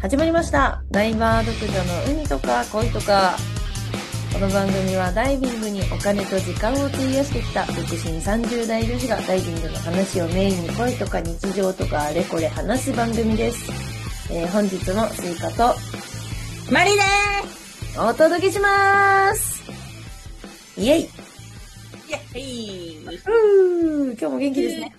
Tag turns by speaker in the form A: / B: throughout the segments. A: 始まりましたダイバー独女の海とか恋とかこの番組はダイビングにお金と時間を費やしてきた独身30代女子がダイビングの話をメインに恋とか日常とかあれこれ話す番組です、えー本日もスイカと
B: マリで
A: お届けしますイエイ
B: ーすイェイ
A: ふー今日も元気ですね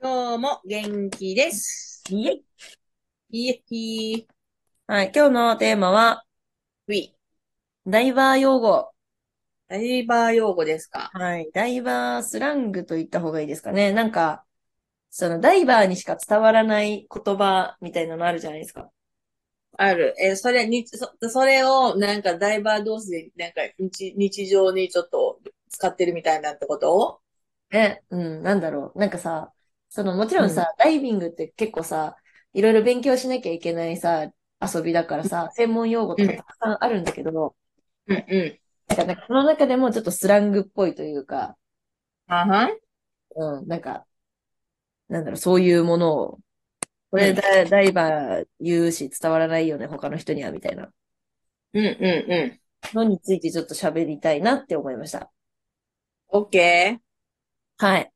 B: 今日も元気です。
A: イエイ
B: イエイ
A: はい、今日のテーマは
B: ウィ。
A: ダイバー用語。
B: ダイバー用語ですか
A: はい。ダイバースラングと言った方がいいですかね。なんか、そのダイバーにしか伝わらない言葉みたいなのあるじゃないですか。
B: ある。えーそれにそ、それをなんかダイバー同士でなんか日、日常にちょっと使ってるみたいなってことを
A: ね。うん、なんだろう。なんかさ、そのもちろん
B: う
A: さ、ダイビングって結構さ、いろいろ勉強しなきゃいけないさ、遊びだからさ、専門用語とかたくさんあるんだけど、
B: うんう
A: なんかなんかその中でもちょっとスラングっぽいというか、
B: ん。あはん。
A: うん、なんか、なんだろう、そういうものを、これダ、ダイバー言うし伝わらないよね、他の人には、みたいな
B: うんうんうん。
A: のについてちょっと喋りたいなって思いました。
B: オッケ
A: はい。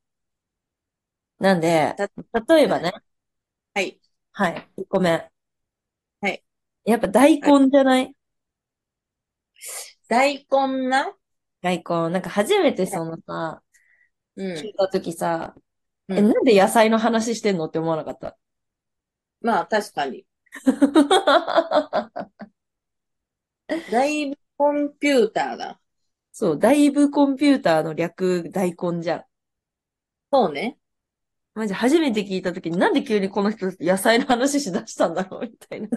A: なんで、
B: た
A: 例えばね、
B: ー。はい。
A: はい、ごめん。
B: はい。
A: やっぱ大根じゃない
B: 大根な
A: 大根。なんか初めてそのさ、
B: う
A: 聞い
B: ん。
A: た時さ、
B: うん
A: え、なんで野菜の話してんのって思わなかった。
B: まあ確かに。だいぶコンピューターだ。
A: そう、だいぶコンピューターの略、大根じゃん。
B: そうね。
A: マジ初めて聞いたときに、なんで急にこの人野菜の話しだしたんだろうみたいな。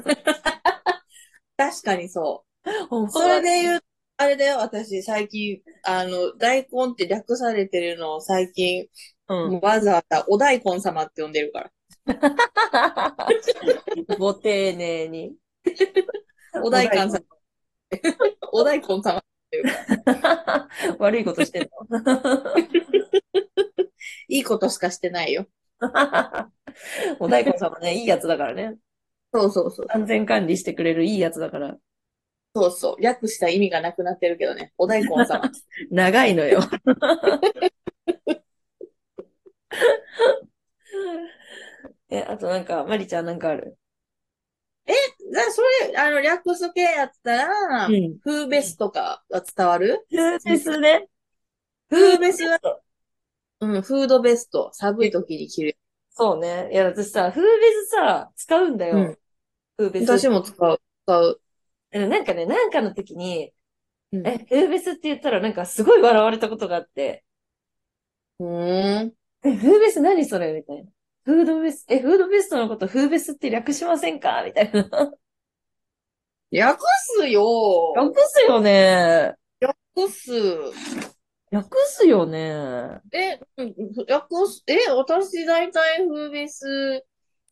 B: 確かにそう。
A: 思わ
B: それで言う、あれだよ、私、最近、あの、大根って略されてるのを最近、
A: うん。
B: わざわざお大根様って呼んでるから。
A: ご丁寧に。
B: お大根 様。お大根様。
A: 悪いことしてん
B: いいことしかしてないよ。
A: の。お大根さんもね、いいやつだからね。
B: そうそうそう。
A: 安全管理してくれるいいやつだから。
B: そうそう。略した意味がなくなってるけどね。お 大根様。
A: 長いのよ。 え、あとなんか、まりちゃんなんかある
B: だそれ、あの、略す系やったら、
A: ん。
B: フーベスとかは伝わる
A: フーベスね。
B: フーベスは、うん、フードベスト。寒い時に着る。
A: そうね。いや、私さ、フーベスさ、使うんだよ。
B: うん
A: フーベス。
B: 私も使う。使う。
A: うんなんかね、なんかの時に、
B: うん
A: え、フーベスって言ったらなんかすごい笑われたことがあって、
B: うーん。
A: え、フーベス何それみたいな。フードベス、え、フードベストのことフーベスって略しませんかみたいな。
B: 略すよ。
A: 略すよね。
B: 略す。
A: 略すよね。
B: え、うん略す、え、私大体風ベス、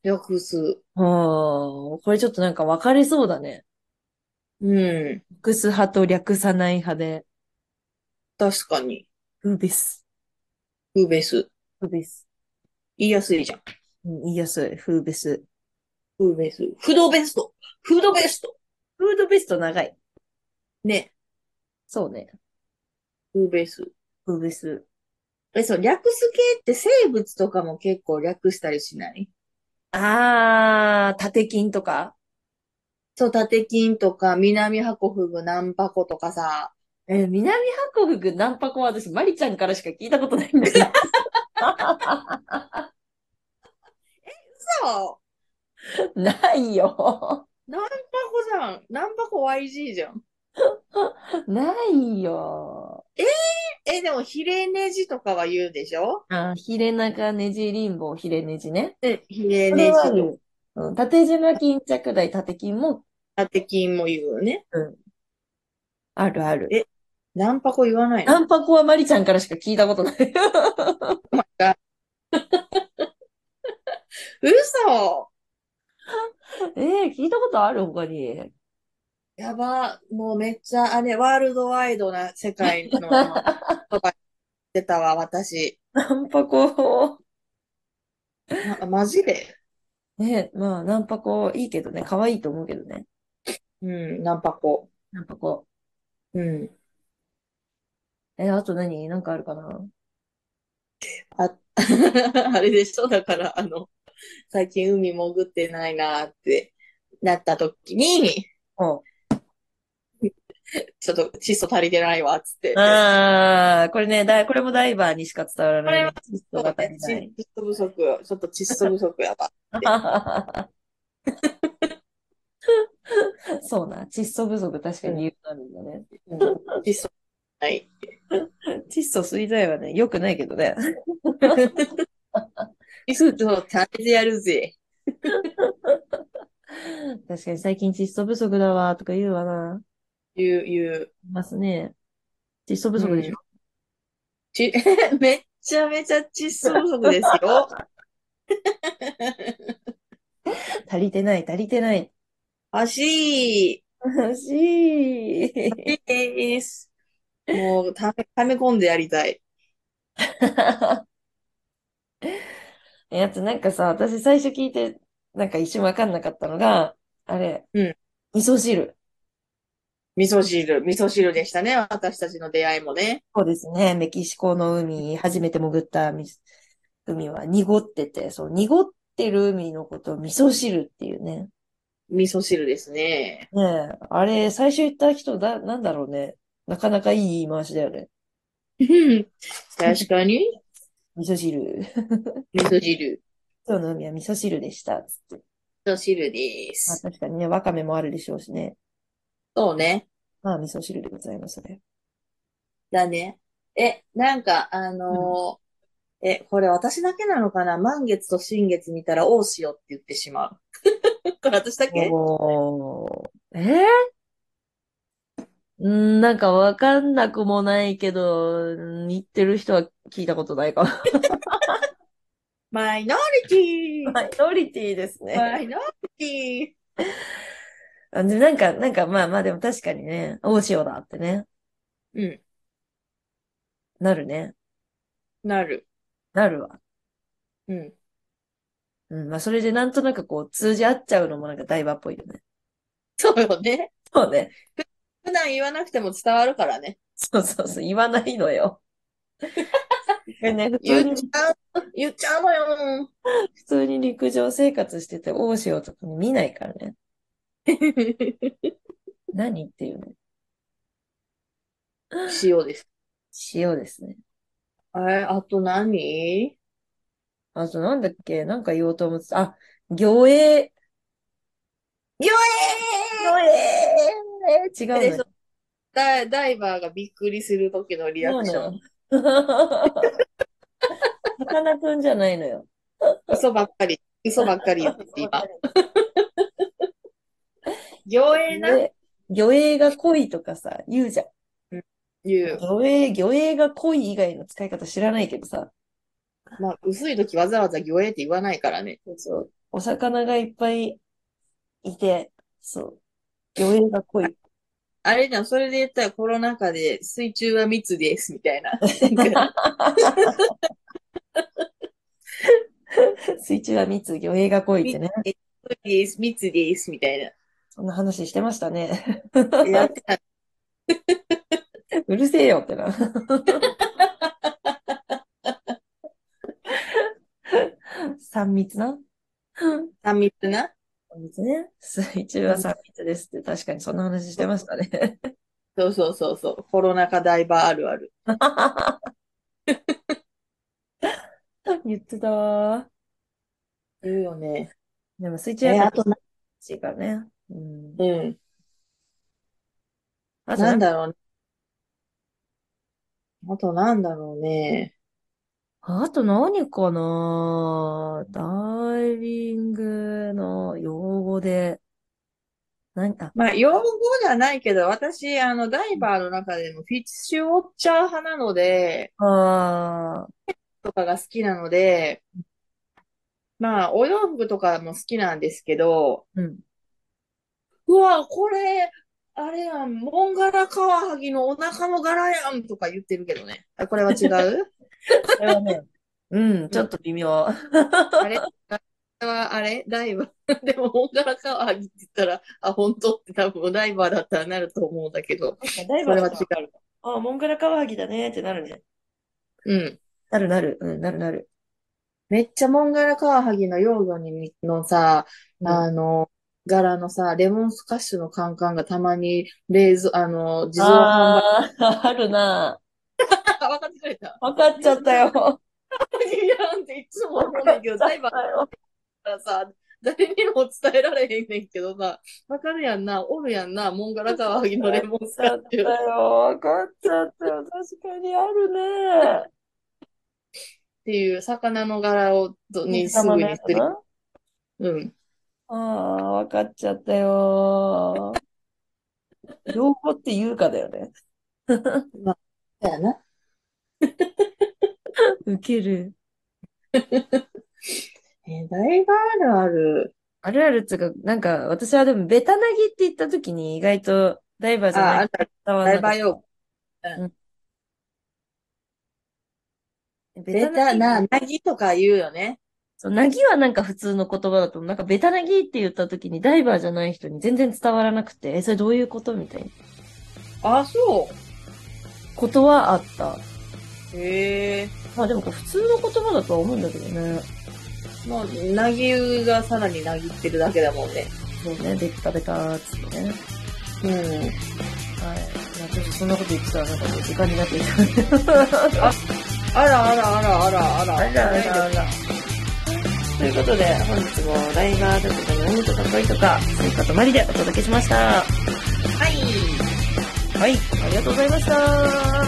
B: 略す。
A: はあ、これちょっとなんか分かれそうだね。
B: うん、
A: 略す派と略さない派で。
B: 確かに。
A: フーベス。
B: 風ベス。
A: フーベス。
B: 言いやすいじゃん。
A: うん、言いやすい。フーベス。
B: 風ベス。フードベスト。フードベスト。
A: フードベスト長い。
B: ね。
A: そうね。
B: 風ベス。
A: フーベス。
B: え、そう、略す系って生物とかも結構略したりしない
A: あー、縦金とか
B: そう、縦金とか、南箱フグ、南箱とかさ。
A: えー、南ハコフナンパコは私、マリちゃんからしか聞いたことないんだけど。
B: そう。
A: ないよ。
B: 南箱じゃん。南箱 YG じゃん。
A: ないよ。
B: え、でも、ヒレネジとかは言うでしょ
A: あ、ヒレナカネジリンボウ、ヒレネジね。
B: え、ヒレ
A: こ
B: ネ
A: れ
B: ジ
A: はあ
B: と
A: るうん、縦島巾着台、縦金も
B: 縦金も言うね。
A: あるある。
B: えナンパコ言わない
A: ナ
B: の
A: ンパコはマリちゃんからしか聞いたことない。
B: 嘘
A: えー、聞いたことある他に。
B: やば、もうめっちゃ、あれ、ワールドワイドな世界の、とか言ってたわ、私。
A: ナンパコ。
B: ま、マジで
A: ね、まあ、ナンパコいいけどね、可愛いと思うけどね。
B: うん、ナンパコ。
A: ナンパコ。
B: うん。
A: え、あと何なんかあるかな
B: あ、 あれでしょだから、あの、最近海潜ってないなってなった時に、
A: お
B: ちょっと窒素足りてないわ、つって。
A: ああ、これね、だい、これもダイバーにしか伝わら
B: こ
A: な
B: れ
A: い
B: は。
A: 窒
B: そ
A: 素
B: う
A: が
B: だ
A: 足りな
B: ね
A: い。
B: 窒素不足。ちょっと窒素不足やば。
A: そうな、窒素不足確かに理由があるんだね。
B: うん窒素。はい。
A: 窒素吸いたいはね、良くないけどね。
B: 窒素足りてやるぜ。
A: 確かに最近窒素不足だわとか言うわな。
B: 言う、言う。
A: いますね。窒素不足でしょ。
B: ち、めっちゃめちゃ窒素不足ですよ。
A: 足りてない、足りてない。
B: 足、
A: 楽しい。
B: です。もう、ため、溜め込んでやりたい。
A: え、あとなんかさ、私最初聞いて、なんか一瞬わかんなかったのが、あれ、
B: うん
A: 味噌汁。
B: 味噌汁、味噌汁でしたね。私たちの出会いもね。
A: そうですね。メキシコの海、初めて潜ったみ海は濁ってて、そう、濁ってる海のことを味噌汁っていうね。
B: 味噌汁ですね。
A: ねえ、あれ、最初言った人だ、なんだろうね。なかなかいい言い回しだよね。
B: 確かに、
A: 味噌汁。
B: 味噌汁。
A: 今日の海は味噌汁でした。つって。
B: 味噌汁で
A: まあ、
B: す。
A: 確かにね、わかめもあるでしょうしね。
B: そうね。
A: まあ、味噌汁でございますね。
B: だね。え、なんか、あのーえ、これ私だけなのかな満月と新月見たら、おうしよって言ってしまう。 これ私だけ
A: おー。えーうーんなんかわかんなくもないけど、うん言ってる人は聞いたことないかも。
B: マイノリテ ィ
A: マイノリティですね。
B: マイノリティ
A: あでもなんか、なんかまあまあでも確かにね、大塩だってね、
B: うん、
A: なるね。
B: なる。
A: なるわ。
B: うん。
A: うん、まあ、それでなんとなくこう、通じ合っちゃうのもなんかダイバーっぽいよね。
B: そうよね。
A: そうね。
B: 普段言わなくても伝わるからね。
A: そうそうそう、言わないの よ。ね、普通
B: 言っ
A: に、
B: ちゃう、言っちゃうの よ。
A: 普通に陸上生活してて、大潮とか見ないからね。何っていうね。
B: 塩です。
A: 塩ですね。
B: え、あと何
A: あと、なんだっけなんか言おうと思ってた。あ、魚影。
B: 魚
A: 違う
B: 影で
A: の
B: しょ
A: よ。
B: ダ、ダイバーがびっくりする時のリアクション。
A: 違うの よ。さかなクンじゃないのよ。
B: 嘘ばっかり、嘘ばっかり言って今。魚影な、
A: で魚影が濃いとかさ、言うじゃん。
B: 言う。
A: 魚影、魚影が濃い以外の使い方知らないけどさ、
B: まあ、薄い時わざわざ魚影って言わないからね。
A: そうお魚がいっぱいいて、そう、魚影が濃 い。
B: あれじゃん、それで言ったらコロナ禍で水中は密です、みたい な。なんか
A: 水中は密、魚影が濃いってね。
B: 密です、密です、みたい
A: そんな話してましたね。
B: な。やってた。
A: うるせえよってな。 三密な
B: 三密な。
A: 三密ね。水中は三密ですって、確かにそんな話してましたね。
B: そうそうそうそう。コロナ禍ダイバーあるある。
A: 言ってたわ。
B: 言うよね。
A: でも水中
B: え
A: は
B: あとな、
A: しいからね。うん。
B: うん。
A: あと
B: なん
A: だ
B: だろうね。あとなんだろうね。
A: あと何かなダイビングの用語で。何あ、
B: まあ、用語じゃないけど、私、あの、ダイバーの中でもフィッシュウォッチャー派なので、
A: あ
B: とかが好きなので、まあ、お洋服とかも好きなんですけど、
A: ーうん。
B: うわ、これ、あれやん、モンガラカワハギのお腹の柄やんとか言ってるけどね。あ、これは違う
A: それはね、うん、ちょっと微妙。
B: あれ違はあれダイバー。 でも、本柄カワハギって言ったら、あ、本当って多分ダイバーだったらなると思うんだけど、
A: ダイ
B: そ
A: バー
B: れは
A: だ
B: 違
A: と
B: う。
A: ああ、モンガラカワハギだねってなるね。
B: うん。
A: なるなる。うん、なるなる。
B: めっちゃモンガラカワハギの幼魚にみのさ、
A: うん
B: あの、柄のさ、レモンスカッシュのカンカンがたまに冷蔵、あの、自動販売。
A: ああ、あるな。
B: あ、分かってくれた。
A: 分かっちゃったよ。
B: いや、なんていつも思うんだけど、ダイバーだからさ、誰にも伝えられへんねんけどさ、わかるやんな、おるやんな、モンガラカワハギのレモンスカッシュ。
A: だよ。分かっちゃったよ。確かにある ね。
B: っていう魚の柄をどにすぐにする。うん。
A: ああ、分かっちゃったよ。 両方って言うかだよね。
B: だよな。
A: ウケる。
B: えー、だいぶあるある。
A: あるあるっつうか、なんか、私はでも、ベタなぎって言った時に意外とダイバーじゃ
B: あ、
A: ない
B: あるある。
A: 伝わん
B: だ
A: ない
B: ぶ
A: かっ
B: あよ。
A: た。ベ
B: ベ
A: タな
B: タ
A: ぎ
B: な、なぎとか言うよね。
A: そう、なぎはなんか普通の言葉だと思う、なんかベタなぎって言った時にダイバーじゃない人に全然伝わらなくて、え、それどういうことみたいな
B: あ、そ
A: ことはあった。
B: う。へえ。
A: まあでもこれ普通の言葉だとは思うんだけどね。
B: もう、なぎがさらになぎってるだけだもんね。
A: そうね、ベッタベターっつってね。はい。
B: うん。
A: まあちょっとそんなこと言ってたらなんかもう時間になってきた。
B: あらあらあらあらあら。
A: あらあらあら。ということで、本日もライバーだとかの海とか恋とか、そういうことまりでお届けしました。
B: はい。
A: はい、ありがとうございました。